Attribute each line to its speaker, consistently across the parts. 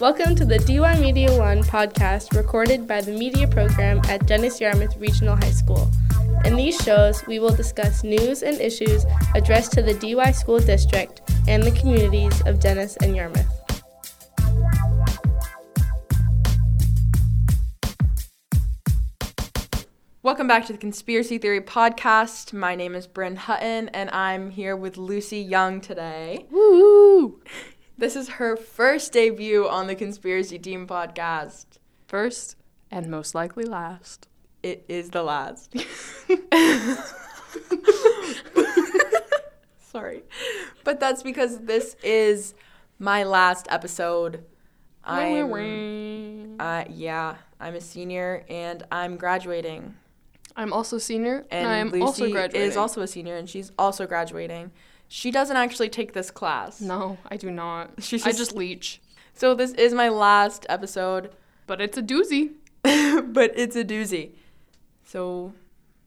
Speaker 1: Welcome to the DY Media One podcast recorded by the media program at Dennis Yarmouth Regional High School. In these shows, we will discuss news and issues addressed to the DY School District and the communities of Dennis and Yarmouth.
Speaker 2: Welcome back to the Conspiracy Theory Podcast. My name is Bryn Hutton, and I'm here with Lucy Young today. Woo! This is her first debut on the Conspiracy Team Podcast.
Speaker 3: First and most likely last.
Speaker 2: It is the last. Sorry. But that's because this is my last episode. I'm,
Speaker 3: I'm
Speaker 2: uh, yeah, I'm a senior and I'm graduating.
Speaker 3: also senior and,
Speaker 2: and
Speaker 3: I'm
Speaker 2: Lucy
Speaker 3: also graduating.
Speaker 2: is also a senior and she's also graduating. She doesn't actually take this class.
Speaker 3: no, I do not.
Speaker 2: She's
Speaker 3: I
Speaker 2: just-
Speaker 3: just leech.
Speaker 2: So this is my last episode,
Speaker 3: But it's a doozy.
Speaker 2: but it's a doozy. So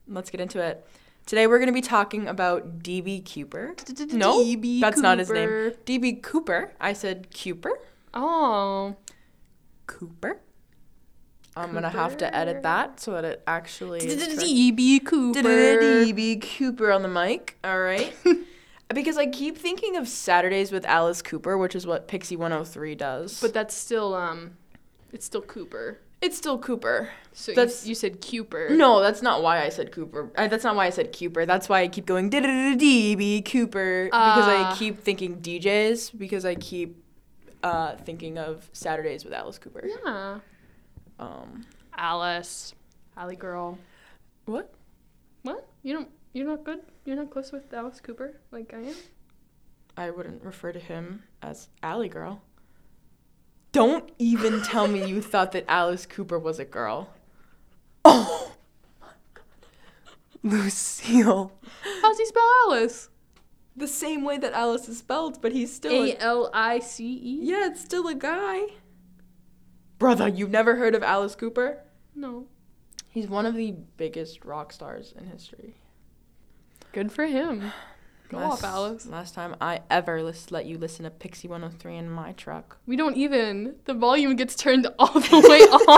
Speaker 2: let's get into it. Today we're going to be talking about DB Cooper. No,
Speaker 3: DB
Speaker 2: that's not his name.
Speaker 3: Cooper.
Speaker 2: DB Cooper. I said Cooper.
Speaker 3: Oh.
Speaker 2: Cooper. I'm going to have to edit that so that it actually is correct.
Speaker 3: DB Cooper.
Speaker 2: DB E Cooper on the mic. All right. because I keep thinking of Saturdays with Alice Cooper, which is what Pixie 103 does.
Speaker 3: But that's still um it's still Cooper.
Speaker 2: it's still Cooper.
Speaker 3: So you,
Speaker 2: That's-
Speaker 3: you said Cooper.
Speaker 2: No, that's not why I said Cooper. Uh, that's not why I said Cooper. That's why I keep going DB E Cooper because I
Speaker 3: Ah.
Speaker 2: keep thinking DJs because I keep uh, thinking of Saturdays with Alice Cooper.
Speaker 3: Yeah.
Speaker 2: Um,
Speaker 3: Alice. Alley girl.
Speaker 2: what?
Speaker 3: What? You don't you're not good? You're not close with Alice Cooper like I am?
Speaker 2: I wouldn't refer to him as Alley Girl. Don't even tell me you thought that Alice Cooper was a girl. Oh, Lucille.
Speaker 3: How's he spell Alice?
Speaker 2: The same way that Alice is spelled, but he's still
Speaker 3: A L I C E?
Speaker 2: Yeah, it's still a guy. Brother, you've never heard of Alice Cooper?
Speaker 3: No.
Speaker 2: He's one of the biggest rock stars in history.
Speaker 3: Good for him. Go
Speaker 2: Last-
Speaker 3: off, Alice.
Speaker 2: Last time I ever lis- let you listen to Pixie 103 in my truck.
Speaker 3: We don't even. The volume gets turned all the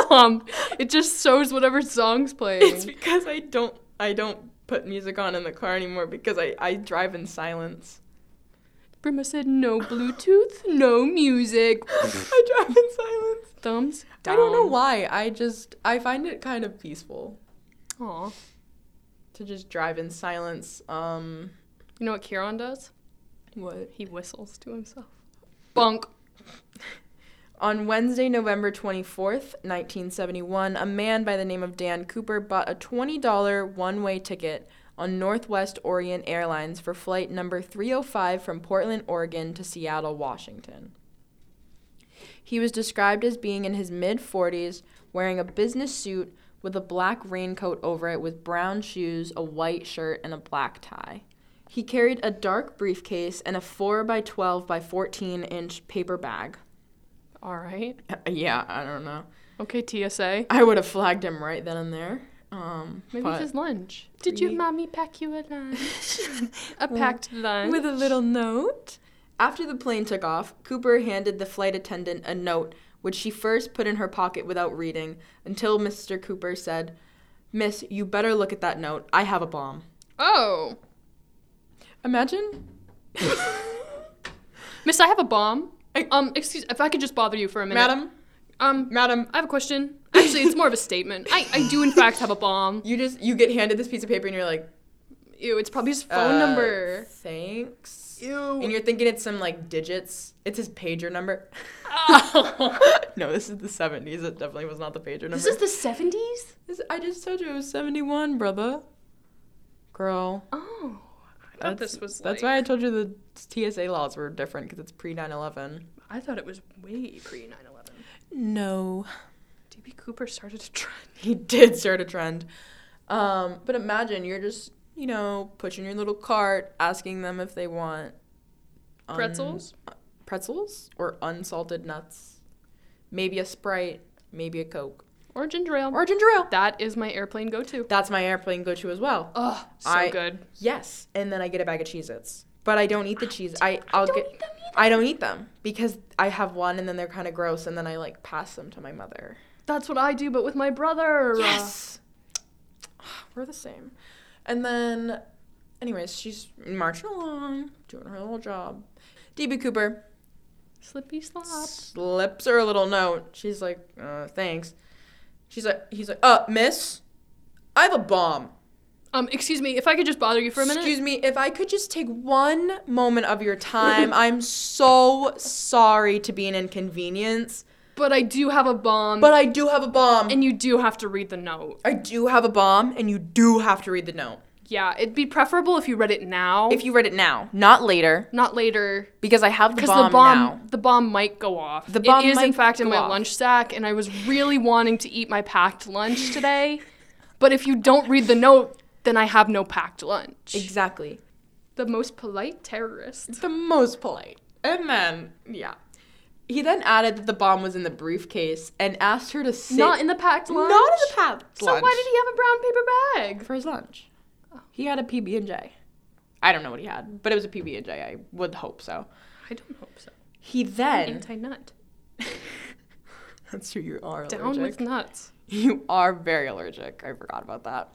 Speaker 3: way on. It just shows whatever song's playing.
Speaker 2: It's because I don't I don't put music on in the car anymore because I, I drive in silence.
Speaker 3: Brima said no Bluetooth, no music.
Speaker 2: I drive in silence.
Speaker 3: Thumbs.
Speaker 2: I don't know
Speaker 3: down.
Speaker 2: why. I just I find it kind of peaceful
Speaker 3: Aw.
Speaker 2: to just drive in silence. Um
Speaker 3: You know what Kieran does?
Speaker 2: what?
Speaker 3: He whistles to himself. Bunk.
Speaker 2: On Wednesday, November 24th, 1971, a man by the name of Dan Cooper bought a $20 one way ticket on Northwest Orient Airlines for flight number 305 from Portland, Oregon to Seattle, Washington. He was described as being in his mid 40s, wearing a business suit with a black raincoat over it, with brown shoes, a white shirt, and a black tie. He carried a dark briefcase and a 4x12 by 14 inch paper bag.
Speaker 3: All right.
Speaker 2: Uh, Yeah, I don't know.
Speaker 3: Okay, TSA.
Speaker 2: I would have flagged him right then and there. Um,
Speaker 3: Maybe
Speaker 2: but
Speaker 3: it's his lunch. Did your
Speaker 2: Three.
Speaker 3: mommy pack you a lunch? a packed lunch.
Speaker 2: with a little note. After the plane took off, Cooper handed the flight attendant a note, which she first put in her pocket without reading, until Mr. Cooper said, "Miss, you better look at that note. I have a bomb."
Speaker 3: Oh.
Speaker 2: Imagine.
Speaker 3: Miss, I have a bomb.
Speaker 2: I-
Speaker 3: um, excuse if I could just bother you for a minute.
Speaker 2: Madam,
Speaker 3: Um,
Speaker 2: madam,
Speaker 3: I have a question. Actually, it's more of a statement. I, I do in fact have a bomb.
Speaker 2: you just you get handed this piece of paper and you're like,
Speaker 3: Ew, it's probably his phone
Speaker 2: "Uh,
Speaker 3: number.
Speaker 2: Thanks. And
Speaker 3: Ew.
Speaker 2: you're thinking it's some like digits. It's his pager number. no, this is the 70s. It definitely was not the pager number.
Speaker 3: This is the seventies?
Speaker 2: This- I just told you it was 71, brother. Girl.
Speaker 3: Oh. I thought
Speaker 2: That's,
Speaker 3: this was
Speaker 2: That's why I told you the TSA laws were different because it's pre 9 11.
Speaker 3: I thought it was way pre 9 11.
Speaker 2: No.
Speaker 3: DB Cooper started a trend.
Speaker 2: He did start a trend. Um, but imagine you're just, you know, pushing your little cart, asking them if they want un-
Speaker 3: Um, Pretzels?
Speaker 2: pretzels or unsalted nuts. Maybe a Sprite, maybe a Coke,
Speaker 3: Or ginger ale.
Speaker 2: or ginger ale.
Speaker 3: that is my airplane go to.
Speaker 2: That's my airplane go to as well.
Speaker 3: Ugh, so
Speaker 2: I-
Speaker 3: good.
Speaker 2: Yes, and then I get a bag of Cheez-Its. But I don't eat the cheese. I I'll
Speaker 3: Don't
Speaker 2: get
Speaker 3: eat them
Speaker 2: I don't eat them because I have one and then they're kind of gross and then I like pass them to my mother.
Speaker 3: That's what I do, but with my brother.
Speaker 2: We're the same. And then, anyways, she's marching along, doing her little job. DB Cooper
Speaker 3: Slippy slop.
Speaker 2: slips her a little note. She's like, uh, thanks. She's like, he's like, uh, miss, I have a bomb.
Speaker 3: Um, excuse me, if I could just bother you for a minute.
Speaker 2: Excuse me, if I could just take one moment of your time, I'm so sorry to be an inconvenience,
Speaker 3: But I do have a bomb.
Speaker 2: but um, I do have a bomb.
Speaker 3: and you do have to read the note.
Speaker 2: I do have a bomb, and you do have to read the note.
Speaker 3: Yeah, it'd be preferable if you read it now,
Speaker 2: If you read it now, not later,
Speaker 3: not later,
Speaker 2: because I have the
Speaker 3: because
Speaker 2: bomb,
Speaker 3: the bomb
Speaker 2: now.
Speaker 3: the bomb might go off.
Speaker 2: The bomb
Speaker 3: it is in
Speaker 2: might
Speaker 3: fact in
Speaker 2: go
Speaker 3: my
Speaker 2: off.
Speaker 3: lunch sack, and I was really wanting to eat my packed lunch today. but if you don't read the note, then I have no packed lunch.
Speaker 2: Exactly.
Speaker 3: the most polite terrorist.
Speaker 2: The most polite. And then, yeah. He then added that the bomb was in the briefcase and asked her to sit.
Speaker 3: Not in the packed lunch.
Speaker 2: Not in the path.
Speaker 3: So why did he have a brown paper bag?
Speaker 2: for his lunch? He had a PB and J. I don't know what he had, but it was a PB and J. I would hope so.
Speaker 3: I don't hope so.
Speaker 2: He then.
Speaker 3: Anti nut.
Speaker 2: That's true. You are
Speaker 3: Down with nuts.
Speaker 2: You are very allergic. I forgot about that.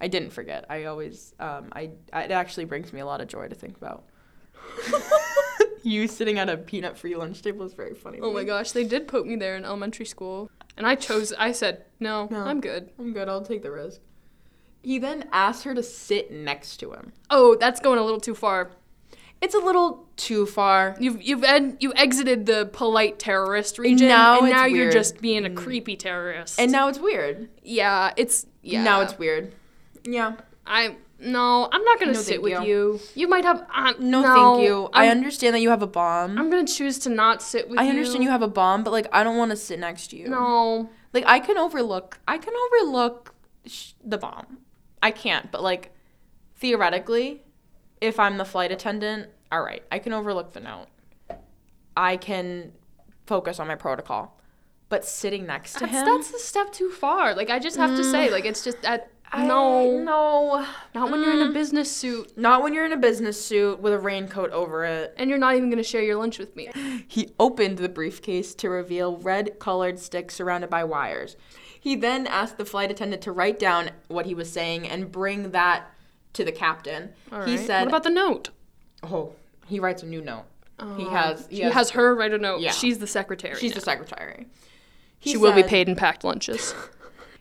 Speaker 2: I didn't forget. I always, um, I, I- it actually brings me a lot of joy to think about. you sitting at a peanut-free lunch table is very funny. to
Speaker 3: Oh my
Speaker 2: me.
Speaker 3: gosh, they did put me there in elementary school. And I chose, I said, no,
Speaker 2: No.
Speaker 3: I'm good.
Speaker 2: I'm good. I'll take the risk. He then asked her to sit next to him.
Speaker 3: Oh, that's going a little too far.
Speaker 2: It's a little too far.
Speaker 3: You've you've ed- you exited the polite terrorist region,
Speaker 2: now
Speaker 3: and
Speaker 2: it's
Speaker 3: now you're
Speaker 2: weird. Mm.
Speaker 3: just being a creepy terrorist.
Speaker 2: And now it's weird.
Speaker 3: yeah, it's yeah.
Speaker 2: Now it's weird. Yeah.
Speaker 3: I no, I'm not gonna
Speaker 2: No,
Speaker 3: sit
Speaker 2: thank
Speaker 3: with you.
Speaker 2: you.
Speaker 3: you. might have uh,
Speaker 2: No, thank you. i
Speaker 3: I'm,
Speaker 2: understand that you have a bomb.
Speaker 3: I'm gonna choose to not sit with
Speaker 2: I
Speaker 3: you.
Speaker 2: understand you have a bomb, but like I don't want to sit next to you.
Speaker 3: No,
Speaker 2: Like I can overlook. I can overlook sh- the bomb. I can't, but like theoretically, if I'm the flight attendant, all right, I can overlook the note. I can focus on my protocol. But sitting next to
Speaker 3: that's
Speaker 2: him Mm.
Speaker 3: that's a step too far. Like I just have to say, like it's just that
Speaker 2: I- mm.
Speaker 3: no,
Speaker 2: no,
Speaker 3: not when you're in a business suit
Speaker 2: not when you're in a business suit with a raincoat over it.
Speaker 3: and you're not even gonna share your lunch with me.
Speaker 2: He opened the briefcase to reveal red colored sticks surrounded by wires. He then asked the flight attendant to write down what he was saying and bring that to the captain.
Speaker 3: All
Speaker 2: he
Speaker 3: right.
Speaker 2: said,
Speaker 3: what about the note?
Speaker 2: "Oh, he writes a new note. he has.
Speaker 3: He Oh. has, her write a note.
Speaker 2: Yeah.
Speaker 3: She's the secretary.
Speaker 2: She's
Speaker 3: now.
Speaker 2: the secretary. He
Speaker 3: she will be
Speaker 2: said-
Speaker 3: paid in packed lunches.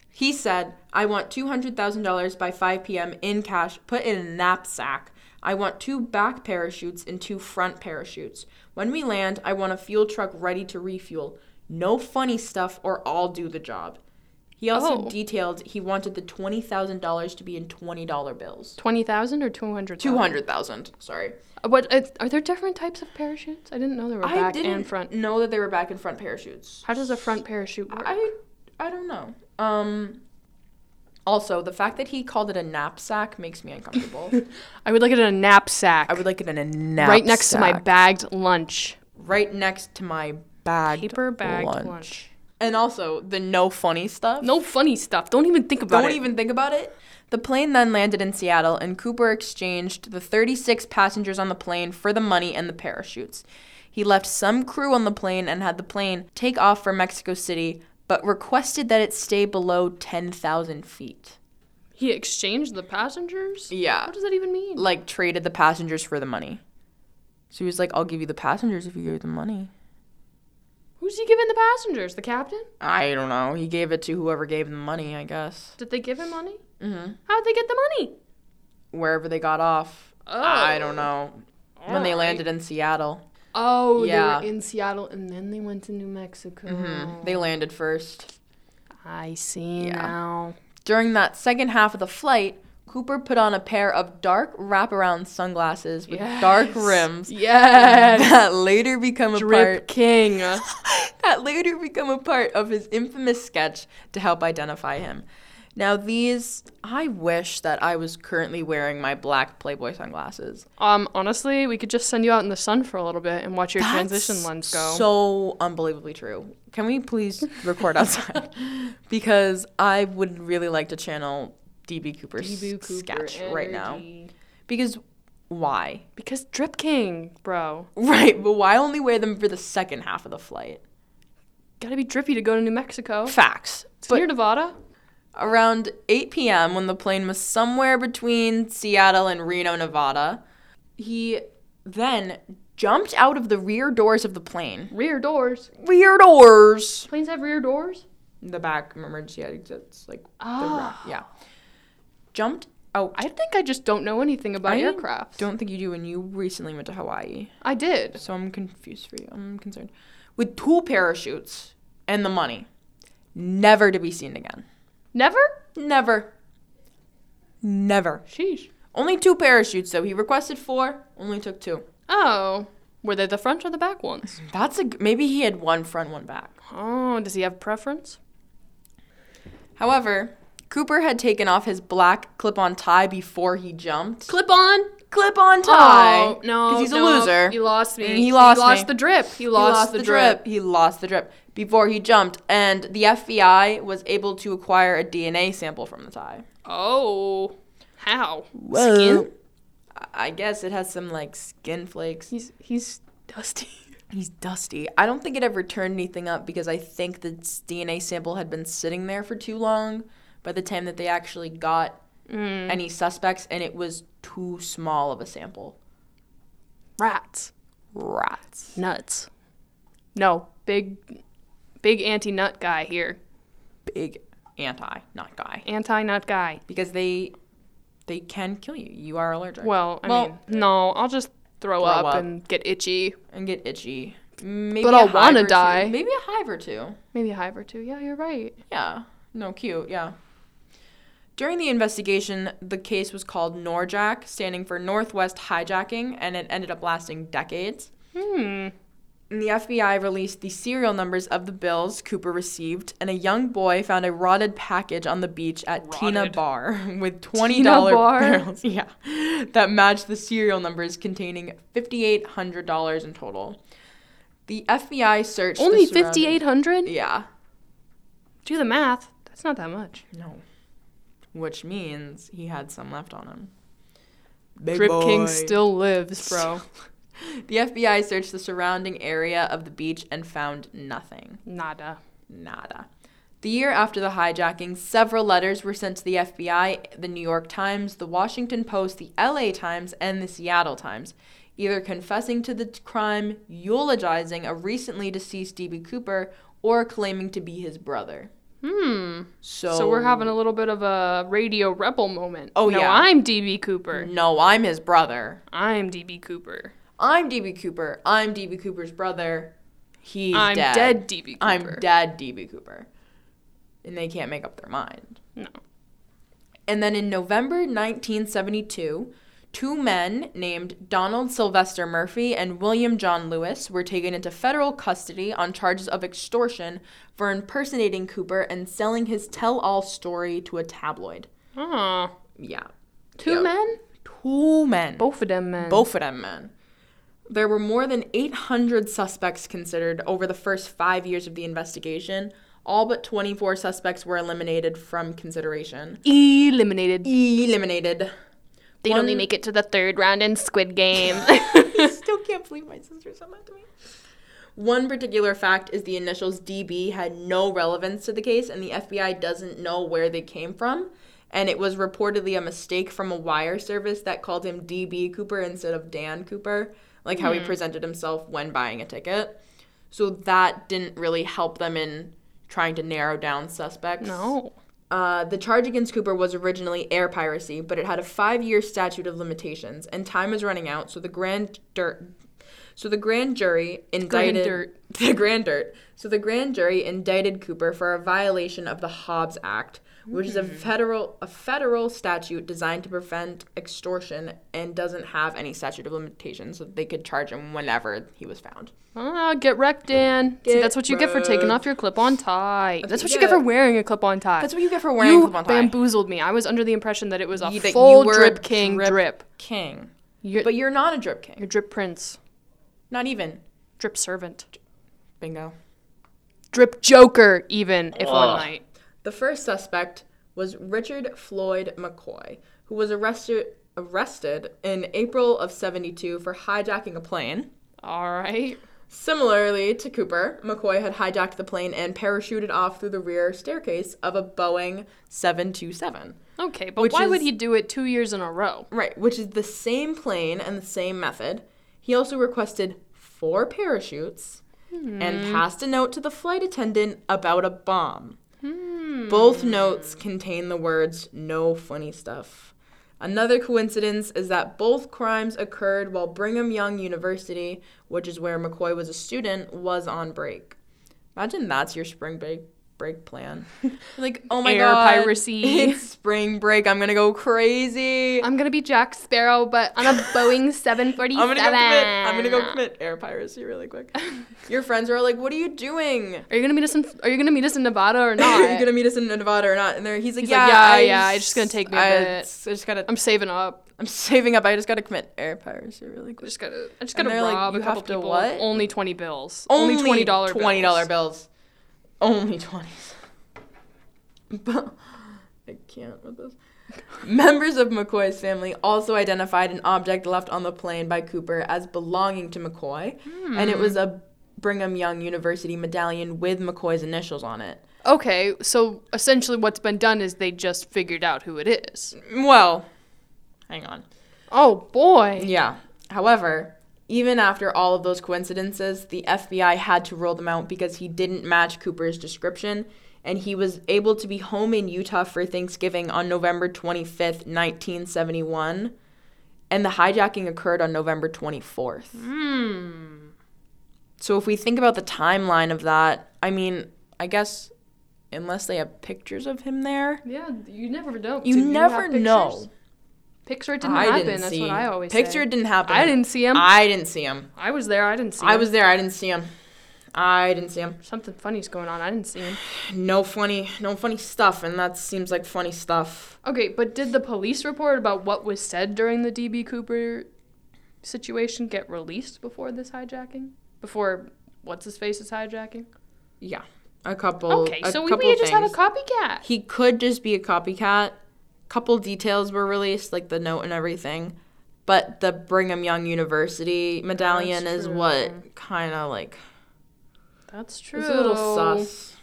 Speaker 2: He said, I want $200,000 by 5 p.m. in cash, put in a knapsack. I want two back parachutes and two front parachutes. When we land, I want a fuel truck ready to refuel. No funny stuff, or I'll do the job. He also
Speaker 3: Oh.
Speaker 2: detailed he wanted the $20,000 to be in $20 bills.
Speaker 3: Twenty thousand or two hundred.
Speaker 2: 200000 sorry.
Speaker 3: What uh, are there different types of parachutes? I didn't know there were
Speaker 2: I
Speaker 3: back
Speaker 2: didn't
Speaker 3: and front.
Speaker 2: know that they were back and front parachutes.
Speaker 3: How does a front parachute work?
Speaker 2: I I don't know. Um also, the fact that he called it a knapsack makes me uncomfortable.
Speaker 3: I would like it in a knapsack,
Speaker 2: I would like it in a knapsack.
Speaker 3: right next to my bagged lunch,
Speaker 2: Right next to my bag.
Speaker 3: paper bagged lunch.
Speaker 2: And also the no funny stuff.
Speaker 3: No funny stuff. Don't even think about
Speaker 2: Don't
Speaker 3: it.
Speaker 2: even think about it. The plane then landed in Seattle, and Cooper exchanged the 36 passengers on the plane for the money and the parachutes. He left some crew on the plane and had the plane take off for Mexico City, but requested that it stay below 10,000 feet.
Speaker 3: He exchanged the passengers.
Speaker 2: Yeah.
Speaker 3: What does that even mean?
Speaker 2: Like, traded the passengers for the money. So he was like, I'll give you the passengers if you give me the money.
Speaker 3: Who's he giving the passengers? The captain?
Speaker 2: I don't know. He gave it to whoever gave him the money, I guess.
Speaker 3: Did they give him money?
Speaker 2: Mm-hmm.
Speaker 3: How'd they get the money?
Speaker 2: Wherever they got off.
Speaker 3: Oh.
Speaker 2: I don't know. when they
Speaker 3: Alright.
Speaker 2: landed in Seattle.
Speaker 3: Oh,
Speaker 2: Yeah.
Speaker 3: they were in Seattle and then they went to New Mexico.
Speaker 2: Mhm. They landed first.
Speaker 3: I see
Speaker 2: Yeah.
Speaker 3: now.
Speaker 2: During that second half of the flight, Cooper put on a pair of dark wraparound sunglasses with dark rims
Speaker 3: Yes.
Speaker 2: that later become a
Speaker 3: Drip
Speaker 2: part
Speaker 3: King.
Speaker 2: that later become a part of his infamous sketch to help identify him. Now these I wish that I was currently wearing my black Playboy sunglasses.
Speaker 3: um, honestly, we could just send you out in the sun for a little bit and watch your transition
Speaker 2: That's
Speaker 3: lens go.
Speaker 2: So unbelievably true. Can we please record outside? because I would really like to channel DB Cooper's sketch right now. Because Why?
Speaker 3: Because Drip King, bro.
Speaker 2: Right, but why only wear them for the second half of the flight?
Speaker 3: Gotta be drippy to go to New Mexico.
Speaker 2: Facts.
Speaker 3: It's
Speaker 2: But
Speaker 3: near Nevada.
Speaker 2: around 8 p.m., when the plane was somewhere between Seattle and Reno, Nevada, he then jumped out of the rear doors of the plane.
Speaker 3: Rear doors.
Speaker 2: Rear doors!
Speaker 3: Planes have rear doors?
Speaker 2: the back emergency exits, like
Speaker 3: Ah.
Speaker 2: the ra- yeah. Jumped out.
Speaker 3: I think I just don't know anything about
Speaker 2: I
Speaker 3: aircraft.
Speaker 2: Don't think you do, and you recently went to Hawaii,
Speaker 3: I did.
Speaker 2: so I'm confused for you. I'm concerned. With two parachutes and the money, never to be seen again.
Speaker 3: Never?
Speaker 2: Never. Never.
Speaker 3: Sheesh.
Speaker 2: Only two parachutes though. He requested four, only took two.
Speaker 3: Oh. Were they the front or the back ones?
Speaker 2: That's a g- maybe he had one front, one back.
Speaker 3: Oh, does he have preference?
Speaker 2: However, Cooper had taken off his black clip-on tie before he jumped.
Speaker 3: Clip on.
Speaker 2: Clip-on tie.
Speaker 3: Oh, no.
Speaker 2: 'Cause he's a
Speaker 3: no,
Speaker 2: loser.
Speaker 3: You lost me.
Speaker 2: He lost me.
Speaker 3: the drip. He
Speaker 2: He
Speaker 3: lost, the, drip.
Speaker 2: He lost the drip before he jumped, and the FBI was able to acquire a DNA sample from the tie.
Speaker 3: Oh. How?
Speaker 2: Skin? I- I guess it has some like skin flakes.
Speaker 3: He's he's dusty.
Speaker 2: He's dusty. I don't think it ever turned anything up because I think the s- DNA sample had been sitting there for too long by the time that they actually got
Speaker 3: Mm.
Speaker 2: any suspects, and it was too small of a sample.
Speaker 3: Rats.
Speaker 2: Rats.
Speaker 3: Nuts. No. Big big anti nut guy here.
Speaker 2: Big anti, not guy.
Speaker 3: Anti nut guy.
Speaker 2: Because they they can kill you. You are allergic.
Speaker 3: Well, I
Speaker 2: Well-
Speaker 3: mean no, I'll just throw, up,
Speaker 2: up.
Speaker 3: and get itchy.
Speaker 2: and get itchy. Maybe
Speaker 3: But
Speaker 2: a
Speaker 3: I'll wanna
Speaker 2: hive or two.
Speaker 3: die.
Speaker 2: Maybe a hive or two.
Speaker 3: Maybe a hive or two. Yeah, you're right.
Speaker 2: Yeah. No, cute. Yeah. During the investigation, the case was called NORJAC, standing for Northwest Hijacking, and it ended up lasting decades.
Speaker 3: Hmm.
Speaker 2: And the FBI released the serial numbers of the bills Cooper received, and a young boy found a rotted package on the beach at Tina
Speaker 3: Rotted.
Speaker 2: Bar with $20
Speaker 3: Bar?
Speaker 2: barrels. Yeah. That matched the serial numbers containing $5,800 in total. The FBI searched the
Speaker 3: Only
Speaker 2: surrounding-
Speaker 3: fifty eight hundred?
Speaker 2: Yeah.
Speaker 3: Do the math. That's not that much.
Speaker 2: No. Which means he had some left on him.
Speaker 3: Drip King still lives, bro.
Speaker 2: The FBI searched the surrounding area of the beach and found nothing.
Speaker 3: Nada.
Speaker 2: Nada. The year after the hijacking, several letters were sent to the FBI, the New York Times, the Washington Post, the LA Times, and the Seattle Times, either confessing to the t- crime, eulogizing a recently deceased D.B. Cooper, or claiming to be his brother.
Speaker 3: Hmm.
Speaker 2: So,
Speaker 3: So we're having a little bit of a radio rebel moment.
Speaker 2: Oh,
Speaker 3: no,
Speaker 2: yeah.
Speaker 3: I'm DB Cooper.
Speaker 2: No, I'm his brother.
Speaker 3: I'm DB Cooper.
Speaker 2: I'm DB Cooper. I'm DB Cooper's brother. He's
Speaker 3: I'm
Speaker 2: dead.
Speaker 3: dead. DB Cooper.
Speaker 2: I'm dead DB Cooper. And they can't make up their mind.
Speaker 3: No.
Speaker 2: And then in November 1972, two men named Donald Sylvester Murphy and William John Lewis were taken into federal custody on charges of extortion for impersonating Cooper and selling his tell all story to a tabloid.
Speaker 3: Aw.
Speaker 2: Yeah.
Speaker 3: Two
Speaker 2: Yeah.
Speaker 3: men?
Speaker 2: Two men.
Speaker 3: Both of them men.
Speaker 2: Both of them men. There were more than 800 suspects considered over the first five years of the investigation. All but 24 suspects were eliminated from consideration.
Speaker 3: Eliminated.
Speaker 2: Eliminated.
Speaker 3: They'd only
Speaker 2: E One-
Speaker 3: make it to the third round in Squid Game.
Speaker 2: I still can't believe my sister said that to me. One particular fact is the initials DB had no relevance to the case, and the FBI doesn't know where they came from. And it was reportedly a mistake from a wire service that called him DB Cooper instead of Dan Cooper, like how he presented himself when buying a ticket. So that didn't really help them in trying to narrow down suspects.
Speaker 3: no.
Speaker 2: Uh, the charge against Cooper was originally air piracy, but it had a five-year statute of limitations, and time was running out. So the grand dirt, so the grand jury indicted
Speaker 3: dirt.
Speaker 2: the grand dirt. So the grand jury indicted Cooper for a violation of the Hobbs Act, which is a
Speaker 3: Hmm.
Speaker 2: federal a federal statute designed to prevent extortion and doesn't have any statute of limitations, so they could charge him whenever he was found.
Speaker 3: Ah, get wrecked, Dan. See,
Speaker 2: Get
Speaker 3: that's what you get for taking
Speaker 2: wrecked.
Speaker 3: off your clip-on tie. That's what you get
Speaker 2: yeah.
Speaker 3: for wearing a clip-on tie.
Speaker 2: That's what you get for wearing
Speaker 3: you
Speaker 2: a clip-on tie.
Speaker 3: bamboozled me. I was under the impression that it was a
Speaker 2: You- that you
Speaker 3: full
Speaker 2: were a
Speaker 3: drip king
Speaker 2: drip-
Speaker 3: drip.
Speaker 2: King,
Speaker 3: You're,
Speaker 2: but you're not a drip king.
Speaker 3: you're drip prince,
Speaker 2: Not even
Speaker 3: drip servant,
Speaker 2: bingo.
Speaker 3: drip joker, even if one might.
Speaker 2: The first suspect was Richard Floyd McCoy, who was arrested arrested in April of 72 for hijacking a plane.
Speaker 3: All right.
Speaker 2: Similarly to Cooper, McCoy had hijacked the plane and parachuted off through the rear staircase of a Boeing 727.
Speaker 3: Okay, but
Speaker 2: Which
Speaker 3: why would
Speaker 2: is-
Speaker 3: he do it two years in a row?
Speaker 2: Right, which is the same plane and the same method. He also requested four parachutes
Speaker 3: Hmm.
Speaker 2: and passed a note to the flight attendant about a bomb.
Speaker 3: Hmm.
Speaker 2: Both notes contain the words no funny stuff. Another coincidence is that both crimes occurred while Brigham Young University, which is where McCoy was a student, was on break. Imagine that's your spring break break plan. like, oh my
Speaker 3: Air
Speaker 2: god,
Speaker 3: piracy.
Speaker 2: It's spring break. I'm gonna go crazy.
Speaker 3: I'm gonna be Jack Sparrow, but on a Boeing 747.
Speaker 2: I'm gonna go commit. I'm gonna go commit air piracy really quick. Your friends are like, "What are you doing?
Speaker 3: Are you gonna meet us in? Are you gonna meet us in Nevada or not?
Speaker 2: are you gonna meet us in Nevada or not?" And they're, he's like,
Speaker 3: He's
Speaker 2: "Yeah,
Speaker 3: like, yeah,
Speaker 2: I
Speaker 3: yeah, it's just gonna take me a
Speaker 2: I
Speaker 3: bit.
Speaker 2: s- I just gotta. I'm,
Speaker 3: I'm saving up.
Speaker 2: saving up. I just gotta commit air piracy really
Speaker 3: I
Speaker 2: quick.
Speaker 3: just gotta. I just
Speaker 2: And
Speaker 3: gotta
Speaker 2: they're like,
Speaker 3: rob
Speaker 2: "You
Speaker 3: a couple
Speaker 2: have to
Speaker 3: people.
Speaker 2: what?"
Speaker 3: Only twenty bills. Only, twenty dollar.
Speaker 2: Twenty dollar bills. Only twenties. But I can't with this. Members of McCoy's family also identified an object left on the plane by Cooper as belonging to McCoy, and
Speaker 3: Hmm.
Speaker 2: it was a Brigham Young University medallion with McCoy's initials on it.
Speaker 3: Okay, so essentially, what's been done is they just figured out who it is.
Speaker 2: Well, hang on.
Speaker 3: Oh boy.
Speaker 2: Yeah. However, even after all of those coincidences, the FBI had to rule them out because he didn't match Cooper's description, and he was able to be home in Utah for Thanksgiving on November 25th, 1971, and the hijacking occurred on November 24th.
Speaker 3: Hmm.
Speaker 2: So if we think about the timeline of that, I mean, I guess unless they have pictures of him there,
Speaker 3: Yeah, you never know.
Speaker 2: you
Speaker 3: Did have
Speaker 2: never
Speaker 3: pictures?
Speaker 2: know.
Speaker 3: Picture it didn't
Speaker 2: I
Speaker 3: happen.
Speaker 2: didn't
Speaker 3: That's
Speaker 2: see.
Speaker 3: what I always say.
Speaker 2: Picture it didn't happen.
Speaker 3: I didn't see him. I,
Speaker 2: I didn't see him.
Speaker 3: was there. I didn't see him.
Speaker 2: I was there. I didn't see him. I didn't see him.
Speaker 3: Something funny's going on. I didn't see him.
Speaker 2: No funny, no funny stuff, and that seems like funny stuff.
Speaker 3: Okay, but did the police report about what was said during the DB Cooper situation get released before this hijacking? Before what's his face is hijacking?
Speaker 2: Yeah, a couple.
Speaker 3: Okay,
Speaker 2: a
Speaker 3: so we,
Speaker 2: couple
Speaker 3: we just have a
Speaker 2: things.
Speaker 3: copycat.
Speaker 2: He could just be a copycat. Couple details were released, like the note and everything, but the Brigham Young University medallion
Speaker 3: That's
Speaker 2: is
Speaker 3: true.
Speaker 2: what kind of like
Speaker 3: That's true.
Speaker 2: it's a little sus.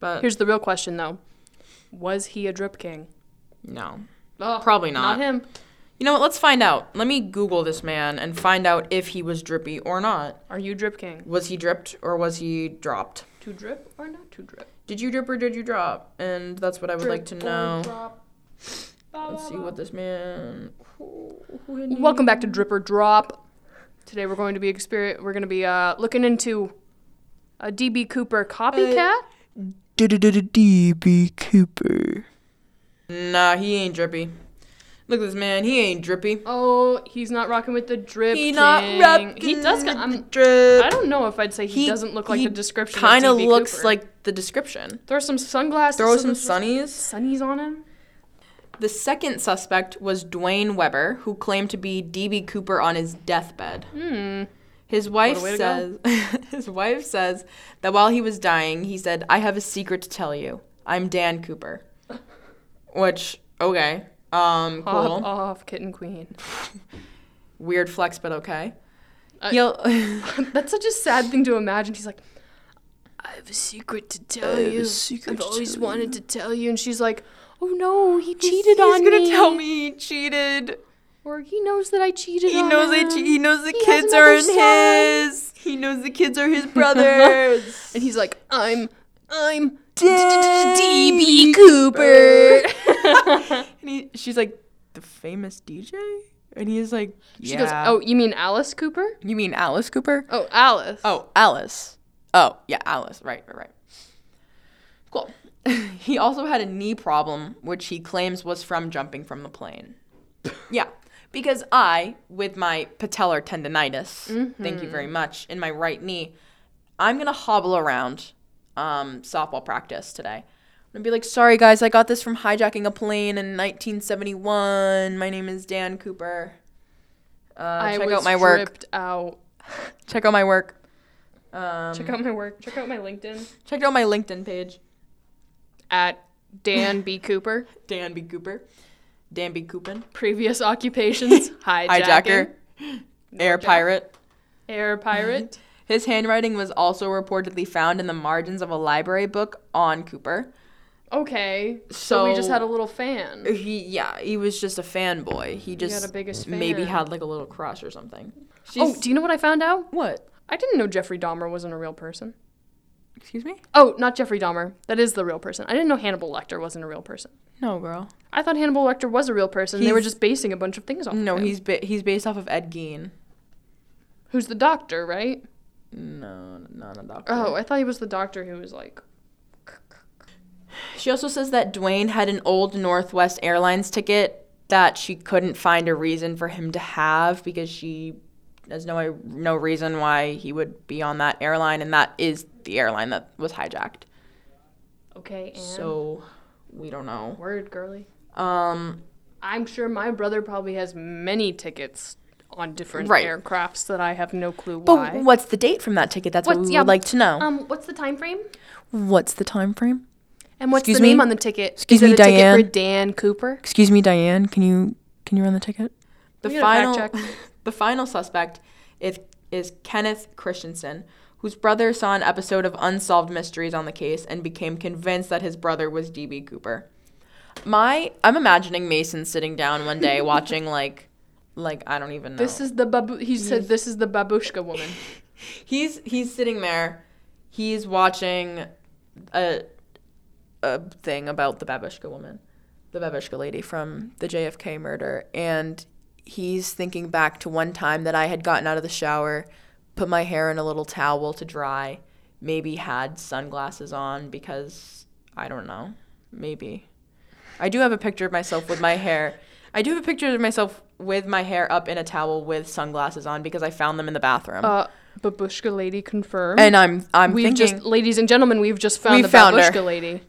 Speaker 2: But
Speaker 3: Here's the real question though. Was he a drip king?
Speaker 2: no,
Speaker 3: Ugh,
Speaker 2: Probably not.
Speaker 3: Not him.
Speaker 2: you know what? Let's find out. Let me Google this man and find out if he was drippy or not.
Speaker 3: Are you drip king?
Speaker 2: Was he dripped or was he dropped?
Speaker 3: To drip or not to drip?
Speaker 2: Did you drip or did you drop? And that's what I would like to
Speaker 3: Drip or
Speaker 2: know.
Speaker 3: drop. Ba,
Speaker 2: Let's
Speaker 3: ba,
Speaker 2: see
Speaker 3: ba.
Speaker 2: what this man.
Speaker 3: Welcome back to Drip or Drop. Today we're going to be exper- we're going to be uh, looking into a DB Cooper copycat.
Speaker 2: DB Cooper. Nah, he ain't drippy. Look at this man. He ain't drippy.
Speaker 3: oh, he's not rocking with the drip.
Speaker 2: He
Speaker 3: king.
Speaker 2: not repping
Speaker 3: He does.
Speaker 2: the
Speaker 3: Got, I'm,
Speaker 2: drip.
Speaker 3: I don't know if I'd say he,
Speaker 2: He-
Speaker 3: doesn't look like
Speaker 2: he
Speaker 3: the description. of
Speaker 2: Kind of
Speaker 3: DB
Speaker 2: looks
Speaker 3: Cooper.
Speaker 2: like the description.
Speaker 3: throw some sunglasses.
Speaker 2: Throw
Speaker 3: so
Speaker 2: some
Speaker 3: there's just
Speaker 2: sunnies.
Speaker 3: sunnies on him.
Speaker 2: The second suspect was Dwayne Weber, who claimed to be DB Cooper on his deathbed.
Speaker 3: Hmm.
Speaker 2: His wife
Speaker 3: way
Speaker 2: says
Speaker 3: to
Speaker 2: his wife says that while he was dying, he said, "I have a secret to tell you. I'm Dan Cooper." Which okay. Um cool.
Speaker 3: Off, off, kitten queen.
Speaker 2: Weird flex but okay. Uh,
Speaker 3: I-
Speaker 2: He'll
Speaker 3: That's such a sad thing to imagine. He's like, I have a secret to tell you. I've always wanted to tell you, and she's like, Oh no, he cheated
Speaker 2: He's
Speaker 3: on me.
Speaker 2: gonna tell me he cheated.
Speaker 3: Or he knows that I cheated
Speaker 2: He
Speaker 3: on
Speaker 2: knows
Speaker 3: him.
Speaker 2: it. He knows the
Speaker 3: He has
Speaker 2: kids are
Speaker 3: another
Speaker 2: in his. He knows the kids are his brothers.
Speaker 3: And he's like, I'm, I'm
Speaker 2: DB
Speaker 3: DB Cooper.
Speaker 2: and he, she's like the famous DJ, and he's like,
Speaker 3: She goes, Oh, you mean Alice Cooper?
Speaker 2: you mean Alice Cooper?
Speaker 3: Oh, Alice.
Speaker 2: Oh, Alice. Oh, yeah, Alice. Right, right, right. Cool. he also had a knee problem, which he claims was from jumping from the plane. yeah, because I, with my patellar tendonitis, thank you
Speaker 3: Mm-hmm.
Speaker 2: very much, in my right knee, I'm gonna hobble around um, softball practice today. I'm gonna be like, sorry guys, I got this from hijacking a plane in 1971. My name is Dan Cooper. Uh,
Speaker 3: I
Speaker 2: check
Speaker 3: was
Speaker 2: out my work.
Speaker 3: tripped out.
Speaker 2: Check out my work. Um,
Speaker 3: Check out my work. Check out my LinkedIn
Speaker 2: Check out my LinkedIn page,
Speaker 3: at Dan B Cooper.
Speaker 2: Dan B. Cooper. Danby Coopin,
Speaker 3: Previous occupations: hijacking,
Speaker 2: hijacker, air pirate.
Speaker 3: air pirate.
Speaker 2: His handwriting was also reportedly found in the margins of a library book on Cooper.
Speaker 3: Okay, so, we just
Speaker 2: So-
Speaker 3: had a little fan.
Speaker 2: He yeah, he was just a fanboy. He
Speaker 3: got
Speaker 2: just
Speaker 3: a biggest
Speaker 2: maybe
Speaker 3: fan.
Speaker 2: had like a little crush or something.
Speaker 3: Oh,
Speaker 2: She's-
Speaker 3: do you know what I found out?
Speaker 2: what?
Speaker 3: I didn't know Jeffrey Dahmer wasn't a real person.
Speaker 2: Excuse me?
Speaker 3: Oh, not Jeffrey Dahmer. That is the real person. I didn't know Hannibal Lecter wasn't a real person.
Speaker 2: No, girl.
Speaker 3: I thought Hannibal Lecter was a real person. they were
Speaker 2: He's-
Speaker 3: just basing a bunch of things off.
Speaker 2: No,
Speaker 3: of him.
Speaker 2: he's ba- he's based off of Ed Gein.
Speaker 3: who's the doctor, right?
Speaker 2: No, not a doctor.
Speaker 3: Oh, I thought he was the doctor who was like,
Speaker 2: She also says that Dwayne had an old Northwest Airlines ticket that she couldn't find a reason for him to have because she there's no no reason why he would be on that airline and that is the airline that was hijacked.
Speaker 3: okay, and
Speaker 2: So we don't know.
Speaker 3: word, girly.
Speaker 2: Um
Speaker 3: I'm sure my brother probably has many tickets on different
Speaker 2: Right.
Speaker 3: aircrafts that I have no clue
Speaker 2: but
Speaker 3: why.
Speaker 2: what's the date from that ticket? That's what
Speaker 3: What's-
Speaker 2: we
Speaker 3: yeah,
Speaker 2: would like to know.
Speaker 3: um, what's the time frame?
Speaker 2: what's the time frame?
Speaker 3: And what's
Speaker 2: Excuse
Speaker 3: the name
Speaker 2: me?
Speaker 3: on the ticket?
Speaker 2: Excuse
Speaker 3: Is
Speaker 2: me,
Speaker 3: it a
Speaker 2: Diane?
Speaker 3: ticket for Dan Cooper?
Speaker 2: Excuse me, Diane, can you can you run the ticket? The
Speaker 3: We gotta
Speaker 2: final,
Speaker 3: fact
Speaker 2: the final suspect is, is Kenneth Christensen, whose brother saw an episode of Unsolved Mysteries on the case and became convinced that his brother was DB Cooper. My, I'm imagining Mason sitting down one day watching like, like I don't even know.
Speaker 3: This is the babu. He said, "This is the babushka woman."
Speaker 2: he's he's sitting there, he's watching a, a thing about the babushka woman, the babushka lady from the JFK murder, and he's thinking back to one time that I had gotten out of the shower, put my hair in a little towel to dry, maybe had sunglasses on because I don't know, maybe. I do have a picture of myself with my hair. I do have a picture of myself with my hair up in a towel with sunglasses on because I found them in the bathroom.
Speaker 3: Uh, babushka lady confirmed.
Speaker 2: and I'm I'm
Speaker 3: we've
Speaker 2: thinking,
Speaker 3: just, ladies and gentlemen, we've just found
Speaker 2: We
Speaker 3: the
Speaker 2: found her.
Speaker 3: babushka lady.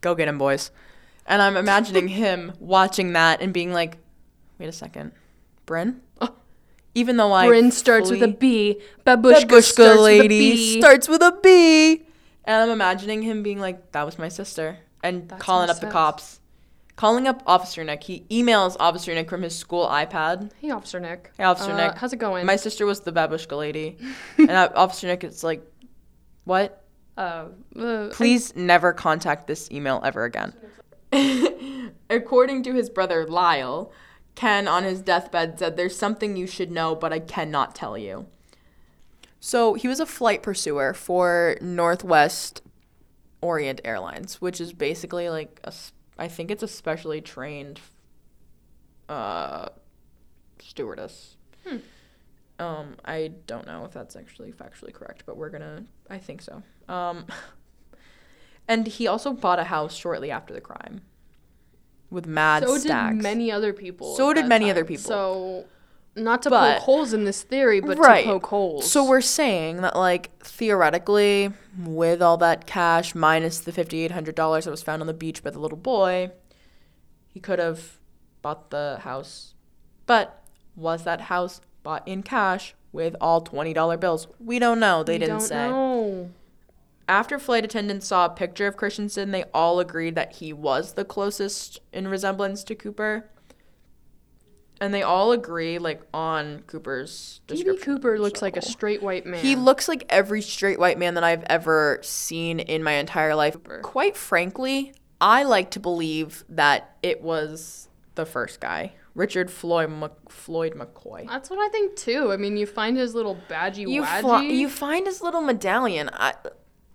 Speaker 2: go get him, boys. And I'm imagining him watching that and being like, wait a second, Bryn. Even though I
Speaker 3: Bryn starts with a
Speaker 2: fully-
Speaker 3: B.
Speaker 2: Babushka
Speaker 3: Babushka, starts
Speaker 2: lady
Speaker 3: with a B.
Speaker 2: starts with a B. And I'm imagining him being like, that was my sister, and
Speaker 3: That's
Speaker 2: calling
Speaker 3: my
Speaker 2: up the
Speaker 3: sis.
Speaker 2: cops. Calling up Officer Nick. He emails Officer Nick from his school iPad.
Speaker 3: hey, Officer Nick.
Speaker 2: Hey, Officer
Speaker 3: Uh,
Speaker 2: Nick.
Speaker 3: how's it going?
Speaker 2: My sister was the babushka lady. and uh, Officer Nick is like, what?
Speaker 3: uh, uh,
Speaker 2: Please never contact this email ever again. According to his brother Lyle, Ken on his deathbed said, There's something you should know, but I cannot tell you. So he was a flight pursuer for Northwest Orient Airlines, which is basically like a, s- I think it's a specially trained uh, stewardess. Um, I don't know if that's actually factually correct, but we're gonna, I think so. Um, and he also bought a house shortly after the crime with mad
Speaker 3: so
Speaker 2: stacks.
Speaker 3: did many other people.
Speaker 2: So
Speaker 3: at
Speaker 2: did
Speaker 3: that
Speaker 2: many other
Speaker 3: time.
Speaker 2: people.
Speaker 3: So, not to
Speaker 2: But-
Speaker 3: poke holes in this theory, but
Speaker 2: Right.
Speaker 3: to poke holes.
Speaker 2: So we're saying that, like, theoretically, with all that cash minus the fifty-eight hundred dollars that was found on the beach by the little boy, he could have bought the house. But was that house bought in cash with all twenty-dollar bills? We don't know. They
Speaker 3: We
Speaker 2: didn't
Speaker 3: don't
Speaker 2: say.
Speaker 3: know.
Speaker 2: After flight attendants saw a picture of Christensen, they all agreed that he was the closest in resemblance to Cooper. And they all agree, like, on Cooper's
Speaker 3: DB
Speaker 2: description.
Speaker 3: Cooper looks like a
Speaker 2: So-
Speaker 3: straight white man.
Speaker 2: he looks like every straight white man that I've ever seen in my entire life. Quite frankly, I like to believe that it was the first guy, Richard Floyd, Mc- Floyd McCoy.
Speaker 3: That's what I think too. I mean, you find his little badgy
Speaker 2: You,
Speaker 3: wadgy.
Speaker 2: fi- you find his little medallion. I,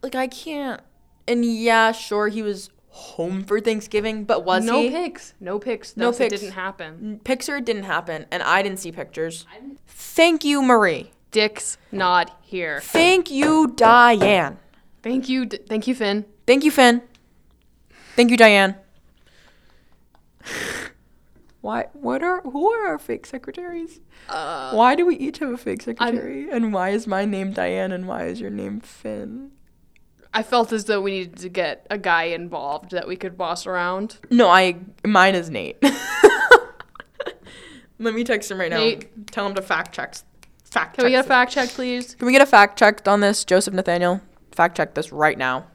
Speaker 2: like, I can't. And yeah, sure, he was home for Thanksgiving, but was
Speaker 3: no
Speaker 2: he?
Speaker 3: pics. No pics.
Speaker 2: No
Speaker 3: No
Speaker 2: pics.
Speaker 3: It didn't happen.
Speaker 2: Picture didn't happen, and I didn't see pictures. Thank you, Marie.
Speaker 3: Dick's not here.
Speaker 2: Thank you, Diane.
Speaker 3: Thank you. D- thank you, Finn.
Speaker 2: Thank you, Finn. Thank you, Diane. Why? What are? Who are our fake secretaries? why do we each have a fake secretary? and why is my name Diane and why is your name Finn?
Speaker 3: I felt as though we needed to get a guy involved that we could boss around.
Speaker 2: No, I. Mine is Nate. Let me text him right now.
Speaker 3: Nate.
Speaker 2: Tell him to fact check. Fact
Speaker 3: Can we get
Speaker 2: check
Speaker 3: a fact check, please?
Speaker 2: Can we get a fact checked on this, Joseph Nathaniel? Fact check this right now.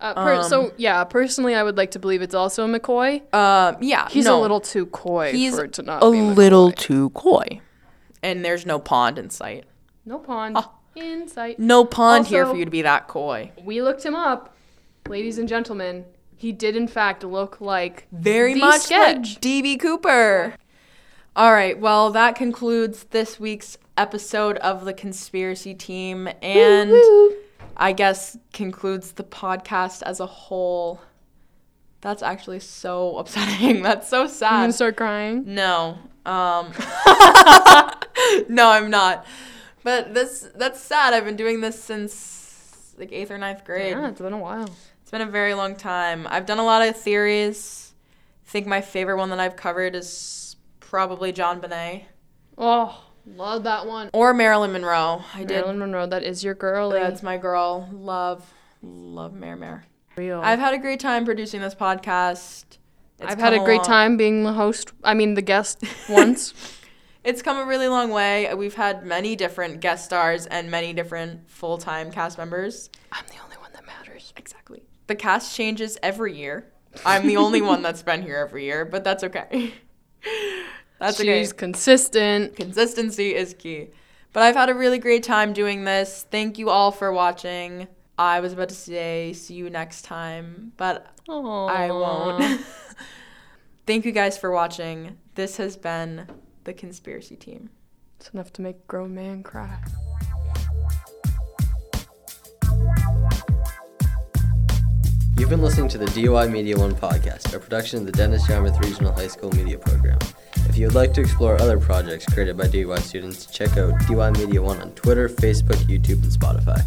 Speaker 3: Uh, per-
Speaker 2: Um,
Speaker 3: so yeah, personally, I would like to believe it's also a McCoy.
Speaker 2: Um, yeah,
Speaker 3: He's
Speaker 2: no,
Speaker 3: a little too coy
Speaker 2: He's
Speaker 3: for it to not
Speaker 2: a
Speaker 3: be McCoy.
Speaker 2: little too coy, and there's no pond in sight.
Speaker 3: No pond.
Speaker 2: Ah.
Speaker 3: In sight.
Speaker 2: No pond here for
Speaker 3: Also-
Speaker 2: you to be that coy.
Speaker 3: We looked him up, ladies and gentlemen. He did in fact look like
Speaker 2: Very
Speaker 3: The
Speaker 2: much
Speaker 3: sketch.
Speaker 2: like DB Cooper. All right, well, that concludes this week's episode of the conspiracy team and I guess concludes the podcast as a whole. That's actually so upsetting. That's so
Speaker 3: I'm
Speaker 2: sad.
Speaker 3: gonna start crying.
Speaker 2: No. Um No, I'm not. But this that's sad. I've been doing this since like 8th or ninth grade.
Speaker 3: Yeah, it's been a while.
Speaker 2: It's been a very long time. I've done a lot of theories. I think my favorite one that I've covered is probably John Bonet
Speaker 3: Oh, love that one.
Speaker 2: or Marilyn Monroe. I
Speaker 3: Marilyn Monroe, that is your
Speaker 2: did.
Speaker 3: girly.
Speaker 2: That's my girl. Love, love Mare Mare.
Speaker 3: real.
Speaker 2: I've had a great time producing this podcast. It's
Speaker 3: I've had a
Speaker 2: come
Speaker 3: great
Speaker 2: long-
Speaker 3: time being the host. I mean, the guest once.
Speaker 2: It's come a really long way. We've had many different guest stars and many different full time cast members.
Speaker 3: I'm the only one that matters.
Speaker 2: Exactly. The cast changes every year. I'm the only one that's been here every year, but that's okay. that's okay.
Speaker 3: She's consistent.
Speaker 2: Consistency is key. But I've had a really great time doing this. Thank you all for watching. I was about to say see you next time, but I won't. Thank you guys for watching. This has been the conspiracy team.
Speaker 3: It's enough to make a grown man cry.
Speaker 4: You've been listening to the DUI Media One podcast, a production of the Dennis Yarmouth Regional High School Media Program. If you would like to explore other projects created by DUI students, check out DUI Media One on Twitter, Facebook, YouTube, and Spotify.